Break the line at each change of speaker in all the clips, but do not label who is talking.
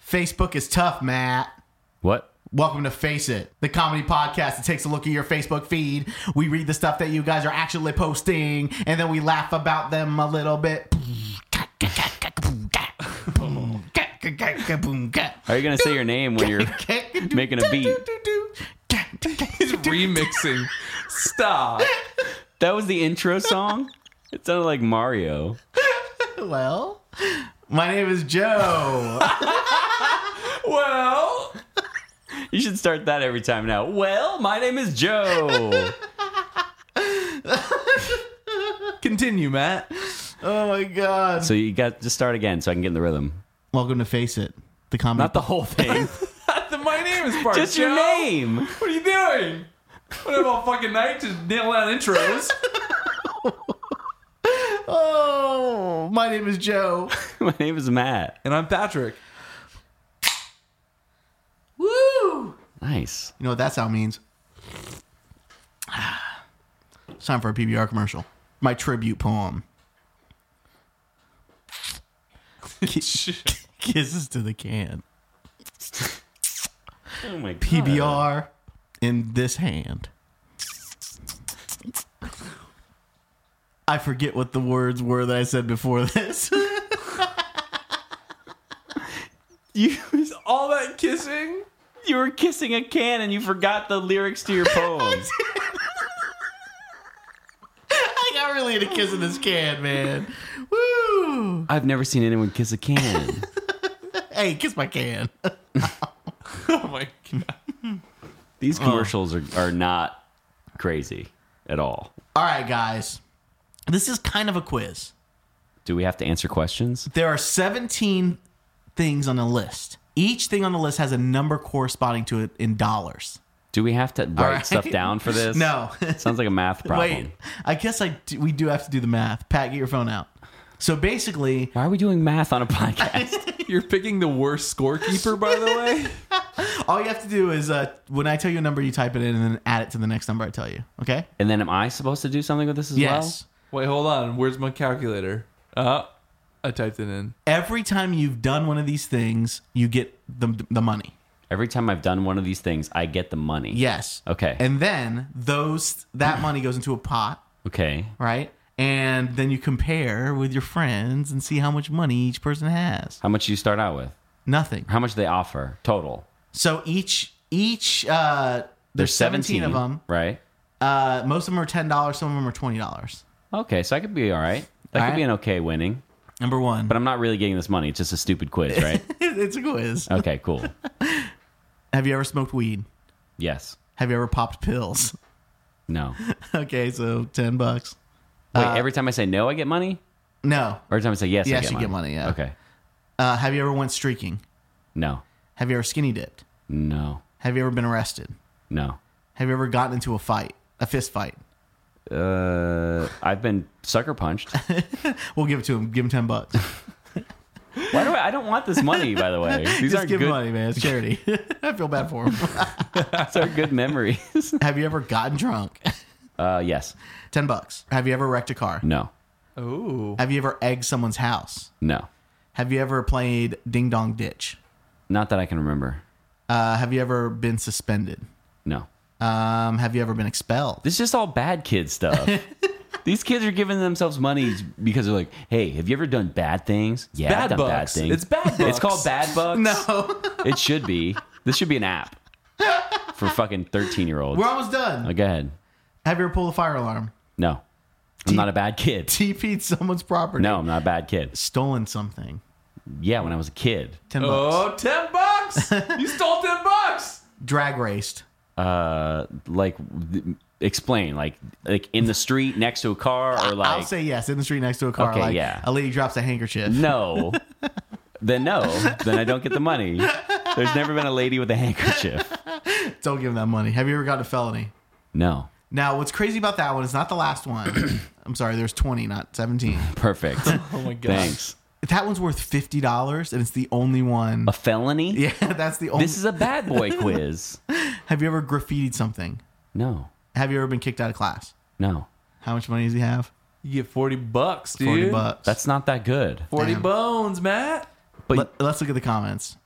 Facebook is tough, Matt.
What?
Welcome to Face It, the comedy podcast that takes a look at your Facebook feed. We read the stuff that you guys are actually posting, and then we laugh about them a little bit.
Are you gonna say your name when you're making a beat?
remixing. Stop.
That was the intro song? It sounded like Mario.
Well, my name is Joe.
Well,
You should start that every time now. Well, my name is Joe.
continue, Matt.
Oh my god.
So you got to start again so I can get in the rhythm.
Welcome to Face It, the comedy.
Not the whole thing.
The- My name is Bart.
Just your
Joe.
name.
What are you doing? What have all fucking night to nail out intros?
oh, my name is Joe.
My name is Matt.
And I'm Patrick.
Nice.
You know what that sound means? It's time for a PBR commercial. My tribute poem. Kisses to the can.
Oh my god.
PBR in this hand. I forget what the words were that I said before this.
You,
All that kissing?
you were kissing a can and you forgot the lyrics to your poem.
I got really into kissing this can, man. Woo!
I've never seen anyone kiss a can.
Hey, kiss my can.
Oh my god.
These commercials are, are not crazy at all.
All right, guys. This is kind of a quiz.
Do we have to answer questions?
There are 17 things on the list. Each thing on the list has a number corresponding to it in dollars.
Do we have to write
right.
stuff down for this?
No.
Sounds like a math problem.
Wait, I guess I do, we do have to do the math. Pat, get your phone out. So basically,
Why are we doing math on a podcast?
You're picking the worst scorekeeper, by the way.
all you have to do is uh, when I tell you a number, you type it in and then add it to the next number I tell you. Okay?
and then am I supposed to do something with this as
Yes.
Wait, hold on. Where's my calculator? Uh, I typed it in.
Every time you've done one of these things, you get the, the money.
well? Every time I've done one of these things, I get the money.
Yes.
Okay.
And then those that money goes into a pot,
okay.
right? And then you compare with your friends and see how much money each person has.
How much do you start out with?
Nothing.
How much do they offer total?
So each each uh there's 17, of them.
Right.
Uh most of them are $10, some of them are $20.
Okay, so I could be all right. That
All
could
right.
be an okay winning,
Number 1.
but I'm not really getting this money. It's just a stupid quiz, right?
it's a quiz.
okay, cool.
Have you ever smoked weed?
Yes.
Have you ever popped pills?
No. Wait,
okay, so 10 bucks.
every time I say no, I get money?
No.
Or every time I say yes, I
Uh, Yes,
get
you
money?
get money, yeah.
Okay.
Uh, have you ever went streaking?
No.
Have you ever skinny dipped?
No.
Have you ever been arrested?
No.
Have you ever gotten into a fight, a fist fight?
Uh, I've been sucker punched.
We'll give it to him. Give him ten bucks.
Why do I? I don't want this money. By the way, these
Just
aren't
give
good.
him money, man. It's charity. I feel bad for him.
These are good memories.
Have you ever gotten drunk?
Uh, yes.
ten bucks. Have you ever wrecked a car?
No.
Oh.
Have you ever egged someone's house?
No.
Have you ever played ding dong ditch?
Not that I can remember.
Uh, have you ever been suspended?
No.
Um, have you ever been expelled?
This is just all bad kid stuff. These kids are giving themselves money because they're like, "Hey, have you ever done bad things? Yeah, I've
Bad
done bad
Bucks.
things.
It's Bad
It's
Bucks.
called Bad Bucks. No, it should be. This should be an app for fucking thirteen-year-olds.
We're almost done.
Oh, go ahead.
Have you ever pulled a fire alarm?
No, I'm not a bad kid.
TP'd someone's property?
No, I'm not a bad kid.
Stolen something?
Yeah, when I was a kid,
Ten bucks.
Oh, 10 bucks. You stole 10 bucks.
Drag raced?
uh, like th- explain, like like in the street next to a car or like
I'll say yes. In the street next to a car,
Okay,
like
yeah.
a lady drops a handkerchief.
no, then no, then I don't get the money. There's never been a lady with a handkerchief.
Don't give them that money. Have you ever gotten a felony?
No.
Now, what's crazy about that one is not the last one. I'm sorry, there's 20, not 17.
Perfect.
Oh my god.
Thanks.
That one's worth $50, and it's the only one.
A felony?
Yeah, that's the only.
This is a bad boy quiz.
have you ever graffitied something?
No.
Have you ever been kicked out of class?
No.
How much money does he have?
You get 40 bucks, dude.
40 bucks.
That's not that good.
40
Damn.
bones, Matt.
But
Let, us look at the comments.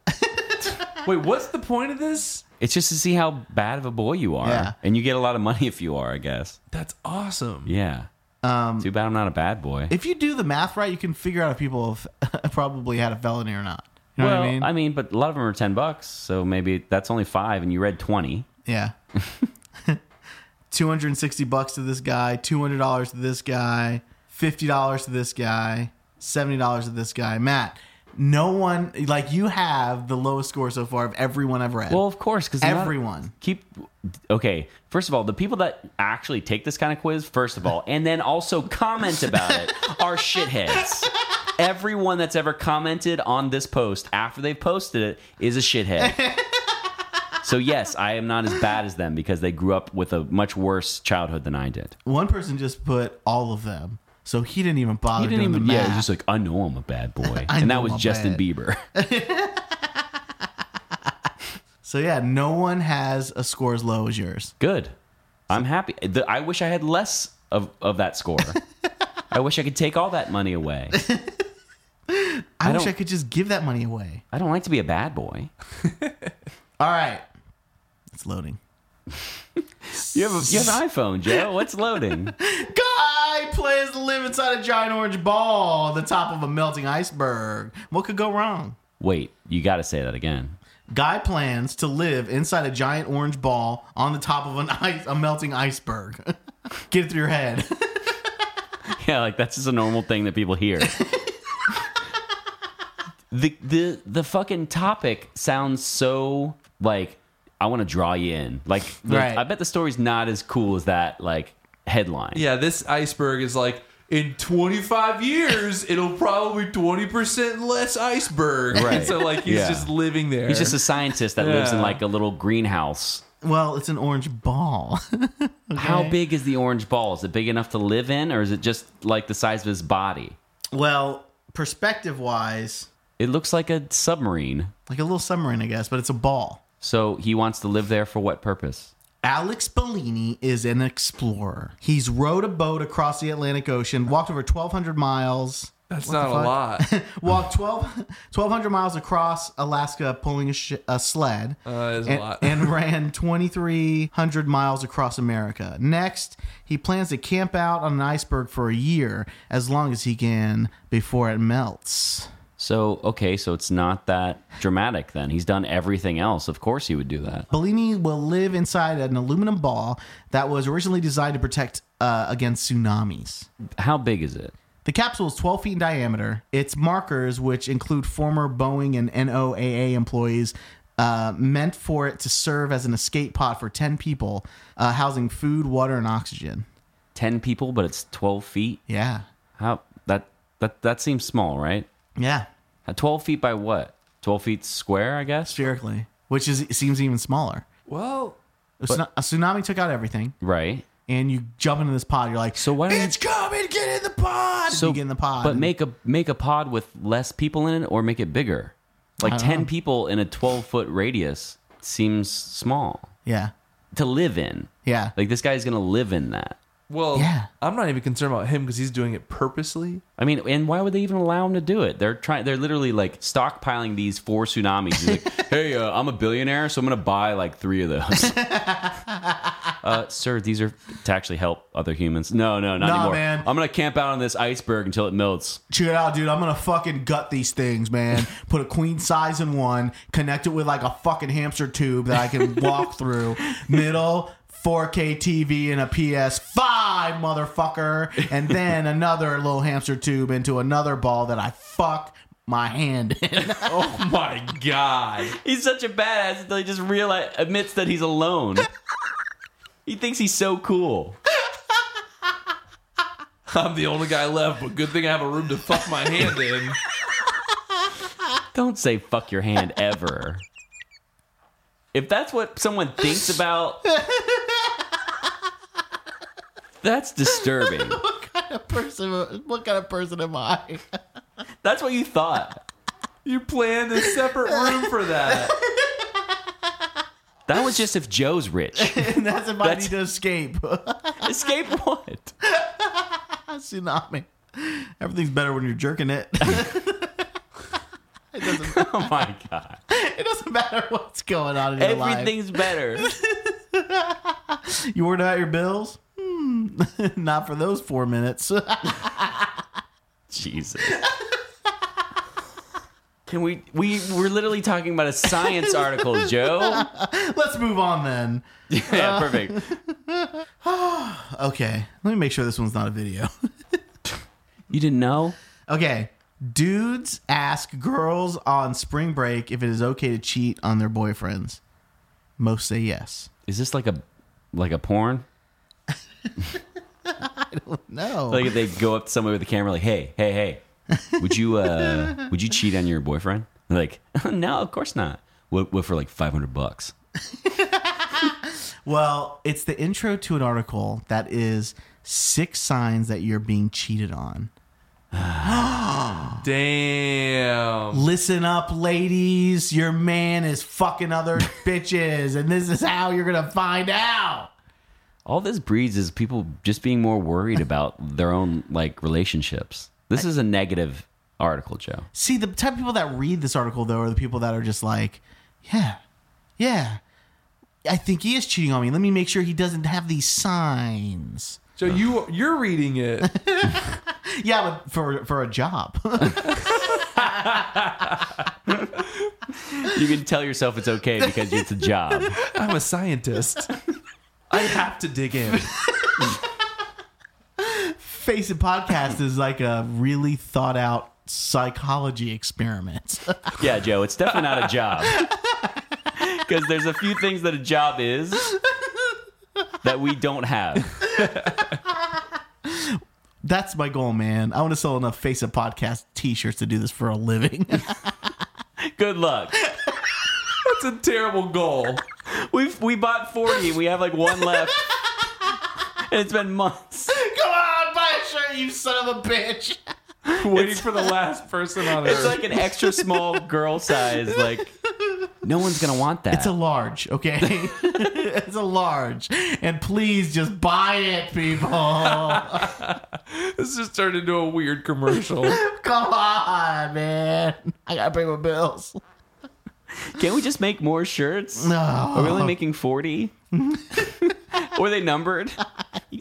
Wait, what's the point of this?
It's just to see how bad of a boy you are,
Yeah.
and you get a lot of money if you are, I guess.
That's awesome.
Yeah.
Um,
Too bad I'm not a bad boy.
if you do the math right, you can figure out if people have probably had a felony or not. You know
well,
what I mean?
but a lot of them are ten bucks, so maybe that's only five, and you read twenty.
yeah. 260 bucks to this guy, $200 to this guy, $50 to this guy, $70 to this guy. Matt, no one, like, you have the lowest score so far of everyone I've read.
Well, of course, because
Everyone.
keep okay. First of all, the people that actually take this kind of quiz, first of all, and then also comment about it are shitheads. Everyone that's ever commented on this post after they've posted it is a shithead. So yes, I am not as bad as them because they grew up with a much worse childhood than I did.
one person just put all of them, so he didn't even bother
He didn't
doing
even.
the
Yeah,
math.
he's just like, I know I'm a bad boy,
I
and
know
that was
I'm
Justin
bad.
Bieber.
so yeah, no one has a score as low as yours.
Good. I'm happy. The, I wish I had less of, of that score. I wish I could take all that money away.
I,
I
wish
don't-
I could just give that money away.
I don't like to be a bad boy.
All right, it's loading.
You have, a, you have an iPhone, Joe. What's loading?
Guy plans to live inside a giant orange ball on the top of a melting iceberg. What could go wrong?
Wait, you got to say that again.
Guy plans to live inside a giant orange ball on the top of an ice, a melting iceberg. Get it through your head.
Yeah, like that's just a normal thing that people hear. the the the fucking topic sounds so like I want to draw you in. Like, the-
Right.
I bet the story's not as cool as that like headline.
Yeah, this iceberg is like in 25 years, it'll probably 20% less iceberg.
Right.
So like he's
Yeah.
just living there.
He's just a scientist that lives in
Yeah.
like a little greenhouse
well, it's an orange ball.
How
Okay.
big is the orange ball? Is it big enough to live in, or is it just like the size of his body?
well, perspective wise,
It looks like a submarine.
like a little submarine, I guess, but it's a ball.
So he wants to live there for what purpose?
Alex Bellini is an explorer. He's rowed a boat across the Atlantic Ocean, walked over 1,200 miles.
That's
What
not
the
a
fuck?
lot.
Walked 12, 1,200 miles across Alaska pulling a, sh- a sled.
Uh, that is a
and,
lot.
and ran 2,300 miles across America. Next, he plans to camp out on an iceberg for a year, as long as he can, before it melts.
So okay, so it's not that dramatic then. He's done everything else. Of course he would do that.
Bellini will live inside an aluminum ball that was originally designed to protect uh, against tsunamis.
How big is it?
The capsule is 12 feet in diameter. Its markers, which include former Boeing and NOAA employees, uh, meant for it to serve as an escape pod for 10 people, uh, housing food, water, and oxygen.
Ten people, but it's twelve feet.
Yeah.
How that that that seems small, right?
Yeah.
Uh, Twelve feet by what? Twelve feet square, I guess.
Spherically, which is seems even smaller.
well,
A tsuna- a tsunami took out everything,
Right.
and you jump into this pod. You're like,
So why don't you-
it's coming? Get in the pod. So, you get in the pod.
But make a make a pod with less people in it, or make it bigger. Like ten people in a twelve foot radius seems small
yeah,
to live in.
yeah.
Like this guy's gonna live in that.
well,
Yeah.
I'm not even concerned about him because he's doing it purposely.
I mean, and why would they even allow him to do it? They're trying. They're literally like stockpiling these four tsunamis. He's like, hey, uh, I'm a billionaire, so I'm gonna buy like three of those. uh, sir, these are to actually help other humans. No, no, not
Nah,
anymore.
man.
I'm gonna camp out on this iceberg until it melts.
Check it out, dude. I'm gonna fucking gut these things, man. Put a queen size in one, connect it with like a fucking hamster tube that I can walk through. Middle 4K TV and a PS5, motherfucker, and then another little hamster tube into another ball that I fuck my hand in.
Oh my god.
He's such a badass until he just realize admits that he's alone. he thinks he's so cool.
I'm the only guy left, but good thing I have a room to fuck my hand in.
Don't say fuck your hand ever. If that's what someone thinks about, that's disturbing.
what kind of person? What kind of person am I?
That's what you thought.
You planned a separate room for that.
That was just if Joe's rich.
And that's if I
That's-
need to escape a
Escape what?
tsunami. Everything's better when you're jerking it. it doesn't.
Oh my god.
It doesn't matter what's going on in your life.
Everything's better.
You worried about your bills? Hmm. Not for those four minutes.
Jesus. Can we we we're literally talking about a science article, Joe?
Let's move on then.
Yeah, perfect.
Okay, let me make sure this one's not a video.
You didn't know?
Okay. Dudes ask girls on spring break if it is okay to cheat on their boyfriends. Most say yes.
Is this like a like a porn?
No.
Like if they go up to somebody with a camera like, "Hey, hey, hey. Would you uh would you cheat on your boyfriend?" They're like, "No, of course not." What, what for like 500 bucks?
well, it's the intro to an article that is six signs that you're being cheated on.
Damn.
Listen up, ladies. Your man is fucking other bitches, and this is how you're going to find out.
All this breeds is people just being more worried about their own like relationships. This is a negative article, Joe.
See, the type of people that read this article, though, are the people that are just like, yeah, yeah, I think he is cheating on me. Let me make sure he doesn't have these signs.
So you you're reading it.
Yeah, but for for a job.
You can tell yourself it's okay because it's a job.
I'm a scientist. I have to dig in.
Face It podcast is like a really thought out psychology experiment.
Yeah, Joe, it's definitely not a job. Because there's a few things that a job is that we don't have.
That's my goal, man. I want to sell enough Face It podcast t-shirts to do this for a living.
Good luck.
That's a terrible goal.
We we bought 40 and we have like one left. And it's been months.
Come on, buy a shirt, you son of a bitch.
Waiting for the last person on
It's
earth.
like an extra small girl size. Like, no one's going to want that.
It's a large, okay? it's a large. And please just buy it, people. Come
this just turned into a weird commercial.
on, man. I gotta pay my bills.
Can we just make more shirts?
No.
Are
Uh-huh.
we only making 40? Were they numbered?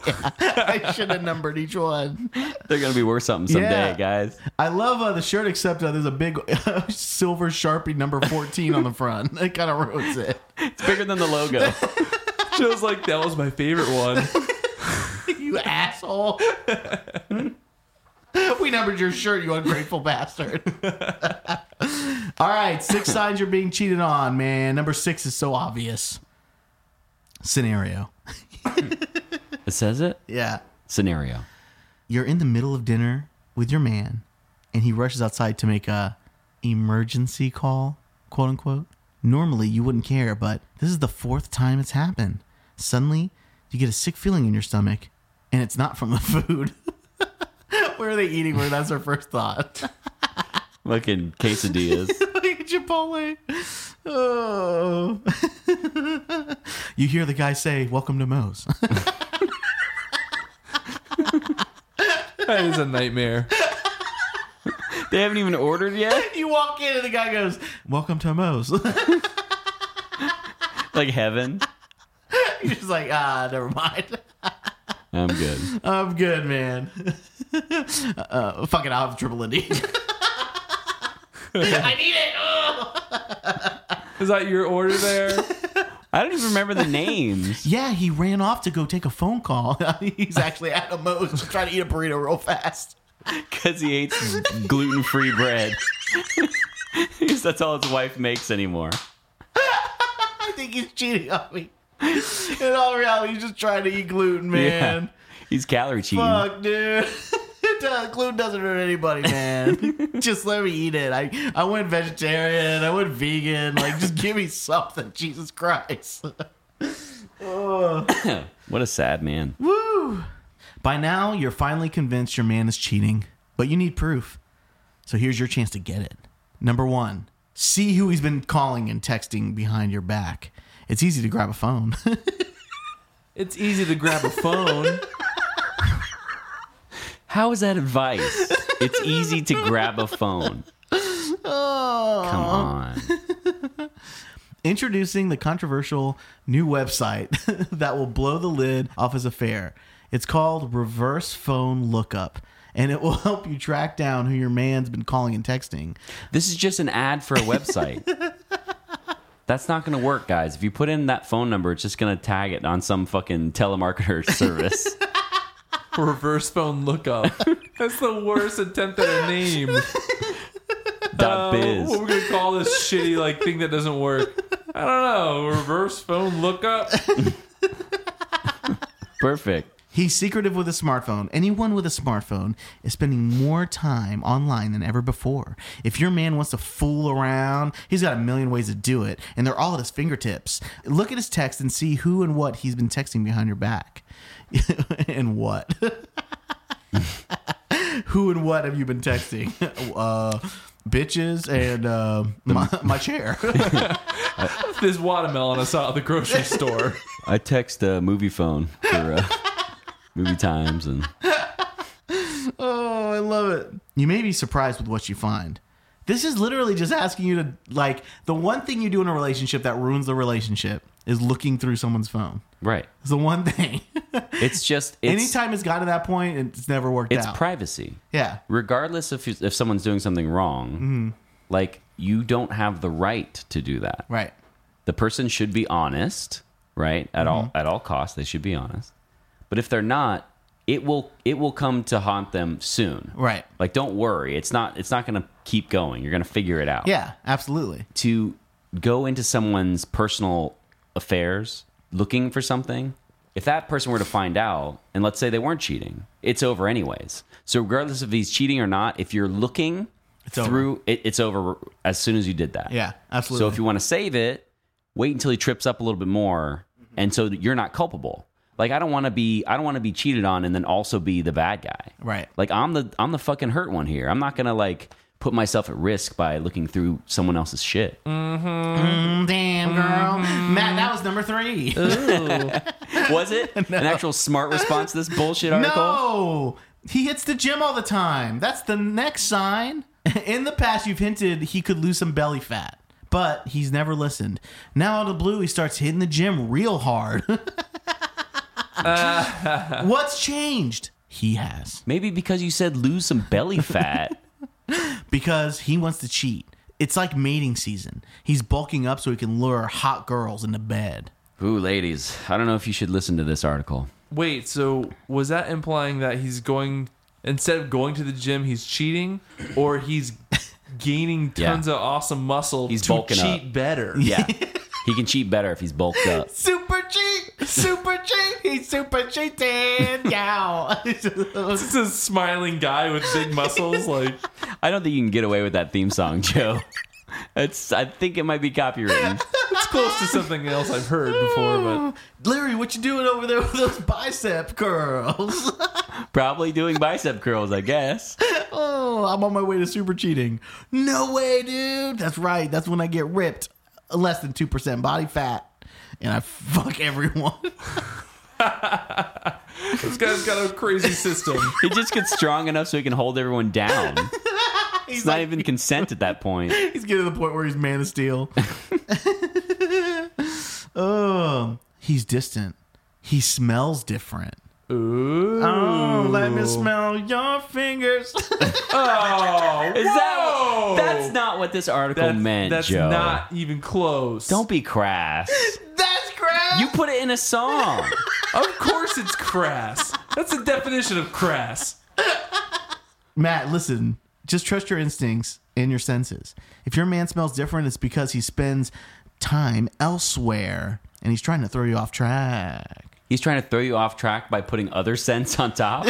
I should have numbered each one.
They're going to be worth something someday,
Yeah.
guys.
I love uh, the shirt, except uh, there's a big silver Sharpie number 14 on the front. That kind of ruins it.
It's bigger than the logo.
Joe's like, that was my favorite one.
You asshole. we numbered your shirt, you ungrateful bastard. All right, six signs you're being cheated on, man. Number six is so obvious. Scenario.
It says it?
Yeah.
Scenario.
You're in the middle of dinner with your man, and he rushes outside to make a emergency call, quote unquote. Normally, you wouldn't care, but this is the fourth time it's happened. Suddenly, you get a sick feeling in your stomach, and it's not from the food. Where are they eating? Where that's our first thought.
Fucking quesadillas.
Like Chipotle. Oh. you hear the guy say, "Welcome to Moe's."
That is a nightmare.
they haven't even ordered yet?
you walk in, and the guy goes, "Welcome to Moe's."
Like heaven?
You're just like, ah, never mind.
I'm good.
I'm good, man. uh, fuck it, I'll have triple Indy. I need it. Ugh.
Is that your order there?
I don't even remember the names.
Yeah, he ran off to go take a phone call. He's actually at a Moe's trying to eat a burrito real fast.
Because he hates gluten free bread. Because that's all his wife makes anymore.
I think he's cheating on me. In all reality, he's just trying to eat gluten, man.
He's calorie cheating.
Fuck, dude. It does- gluten doesn't hurt anybody, man. just let me eat it. I, I went vegetarian. I went vegan. Like, just give me something. Jesus Christ.
What a sad man.
Woo! By now, you're finally convinced your man is cheating, but you need proof. So here's your chance to get it. Number one, see who he's been calling and texting behind your back. It's easy to grab a phone.
It's easy to grab a phone.
How is that advice? It's easy to grab a phone. Come on.
Introducing the controversial new website that will blow the lid off his affair. It's called Reverse Phone Lookup, and it will help you track down who your man's been calling and texting.
This is just an ad for a website. That's not going to work, guys. If you put in that phone number, it's just going to tag it on some fucking telemarketer service.
Reverse phone lookup. That's the worst attempt at a name.
dot
Uh,
Oh.
biz.
what are we gonna call this shitty like thing that doesn't work? I don't know. Reverse phone lookup.
Perfect.
He's secretive with his smartphone. Anyone with a smartphone is spending more time online than ever before. If your man wants to fool around, he's got a million ways to do it, and they're all at his fingertips. Look at his text and see who and what he's been texting behind your back. and what? who and what have you been texting? Uh, bitches and uh, my, my chair.
This watermelon I saw at the grocery store.
I text uh, movie phone for uh, movie times and
Oh, I love it. You may be surprised with what you find. This is literally just asking you to like the one thing you do in a relationship that ruins the relationship is looking through someone's phone.
right.
It's the one thing.
It's just it's,
Anytime it's gotten to that point, it's never worked
it's
out.
privacy.
yeah.
Regardless if you- if someone's doing something wrong,
Mm-hmm.
like you don't have the right to do that.
Right.
The person should be honest, right? At
Mm-hmm.
all at all costs, they should be honest. But if they're not, it will it will come to haunt them soon.
Right.
Like don't worry, it's not it's not going to keep going. You're going to figure it out.
Yeah. Absolutely.
to go into someone's personal affairs looking for something, if that person were to find out, and let's say they weren't cheating, it's over anyways. So regardless if he's cheating or not, if you're looking
over.
through, it, it's over as soon as you did that.
Yeah. Absolutely.
So if you want to save it, wait until he trips up a little bit more, and so that you're not culpable. Like I don't want to be, I don't want to be cheated on, and then also be the bad guy.
right.
Like I'm the I'm the fucking hurt one here. I'm not gonna like put myself at risk by looking through someone else's shit.
Mm, damn girl,
Mm-hmm.
Matt. That was number three.
Was it an actual smart response to this bullshit article?
No, he hits the gym all the time. That's the next sign. In the past, you've hinted he could lose some belly fat, but he's never listened. Now, out of the blue, he starts hitting the gym real hard. What's changed? He has.
Maybe because you said lose some belly fat.
Because he wants to cheat. It's like mating season. He's bulking up so he can lure hot girls into bed.
Ooh, ladies, I don't know if you should listen to this article.
Wait, so was that implying that he's going instead of going to the gym, he's cheating, or he's gaining
Yeah.
tons of awesome muscle
He's
to
bulking
cheat
up.
better?
Yeah. he can cheat better if he's bulked up.
Super cheat! Super cheat! He's super cheating! Yeah!
This is a smiling guy with big muscles, like
I don't think you can get away with that theme song, Joe. It's I think it might be copywritten.
it's close to something else I've heard before, but
Larry, what you doing over there with those bicep curls?
Probably doing bicep curls, I guess.
oh, I'm on my way to super cheating. No way, dude. That's right. That's when I get ripped. Less than 2% body fat. And I fuck everyone.
this guy's got a crazy system.
He just gets strong enough so he can hold everyone down.
he's,
It's not
like-
even consent at that point.
he's getting to the point where he's man of steel. oh, he's distant. He smells different.
Ooh.
Oh, let me smell your fingers.
Oh,
Is that
whoa!
that's not what this article
that's,
meant,
that's
Joe.
not even close.
Don't be crass.
That's crap.
You put it in a song.
Of course, it's crass. That's the definition of crass.
Matt, listen. Just trust your instincts and your senses. If your man smells different, it's because he spends time elsewhere and he's trying to throw you off track.
He's trying to throw you off track by putting other scents on top.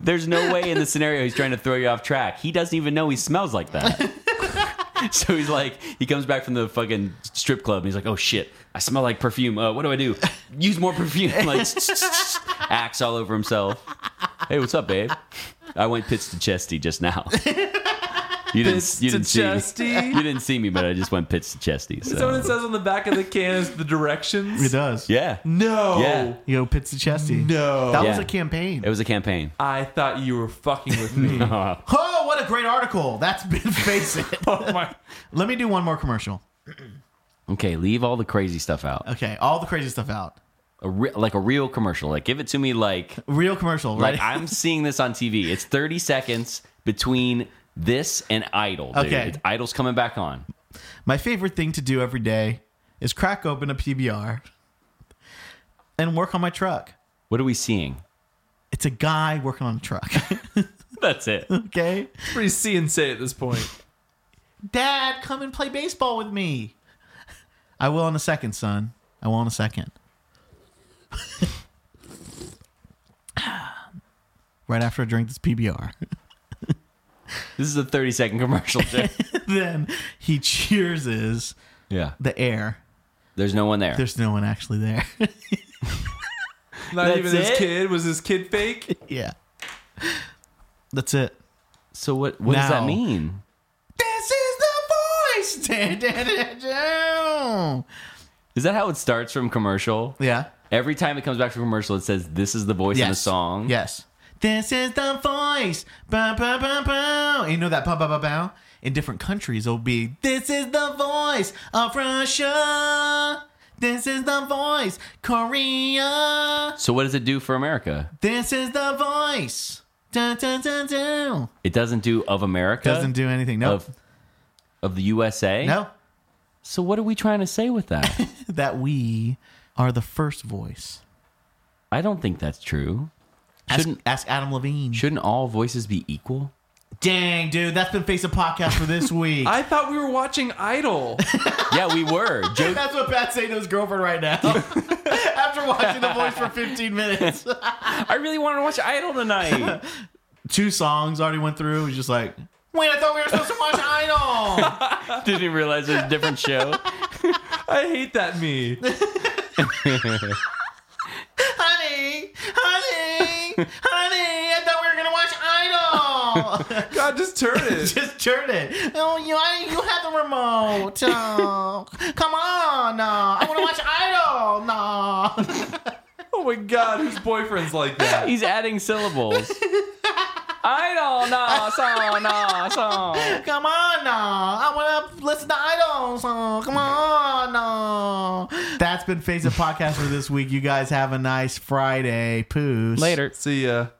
There's no way in the scenario he's trying to throw you off track. He doesn't even know he smells like that. so he's like, he comes back from the fucking strip club and he's like, oh shit, I smell like perfume. Uh, what do I do? Use more perfume. Like, acts all over himself. Hey, what's up, babe? I went pits to chesty just now. You didn't.
Pits
You
to
didn't see.
chesty.
Me. You didn't see me, but I just went pits to chesty.
Is that what it
So.
says on the back of the can is the directions?
It does.
Yeah,
No.
Yeah.
You go pits to chesty.
No.
That was
Yeah.
a campaign.
it was a campaign.
I thought you were fucking with me.
Uh,
oh, what a great article. That's been face it.
oh my.
Let me do one more commercial.
okay, leave all the crazy stuff out.
Okay, all the crazy stuff out.
A re- like a real commercial. Like give it to me. Like
Real commercial, right?
like I'm seeing this on TV. It's 30 seconds between this and Idol. Dude.
Okay.
It's- Idol's coming back on.
My favorite thing to do every day is crack open a PBR and work on my truck.
What are we seeing?
It's a guy working on a truck.
That's it.
Okay.
Pretty see and say at this point.
Dad, come and play baseball with me. I will in a second, son. I will in a second. right after I drink this PBR.
This is a 30 second commercial. Jay.
then he cheers is
yeah.
the air.
There's no one there.
There's no one actually there.
Not
That's
even
it?
his kid. Was his kid fake?
yeah. That's it.
so what? What does that
Now.
mean?
This is the voice. Da, da, da, da.
Is that how it starts from commercial?
Yeah.
Every time it comes back from commercial, it says this is the voice in the song.
Yes. This is the voice. Ba, ba, ba, ba. And You know that ba, ba, ba, ba. In different countries, it'll be this is the voice of Russia. This is the voice Korea.
So what does it do for America?
This is the voice. Da, da, da, da.
It doesn't do of America.
Doesn't do anything. Nope.
of of the USA.
No.
So what are we trying to say with that?
That we are the first voice.
I don't think that's true.
Ask,
Shouldn't-
ask Adam Levine.
Shouldn't all voices be equal?
Dang, dude, that's been Face of Podcast for this week.
I thought we were watching Idol.
Yeah, we were. Joe,
That's what Pat's saying to his girlfriend right now. After watching The Voice for 15 minutes.
I really wanted to watch Idol tonight.
Two songs already went through. It was just like, wait, I thought we were supposed to watch Idol.
Didn't realize it was a different show.
I hate that me.
honey, honey, honey, I thought we were going to watch Idol.
God, just turn it.
just turn it. Oh, you, I, you have the remote. Oh, come on. No, I want to watch Idol. No.
Oh my God, whose boyfriend's like that?
He's adding syllables. Idol, no, song, no, song.
Come on, no. I want to listen to Idol song. Come on, no. That's been Face It Podcast for this week. You guys have a nice Friday. Poos.
Later.
See ya.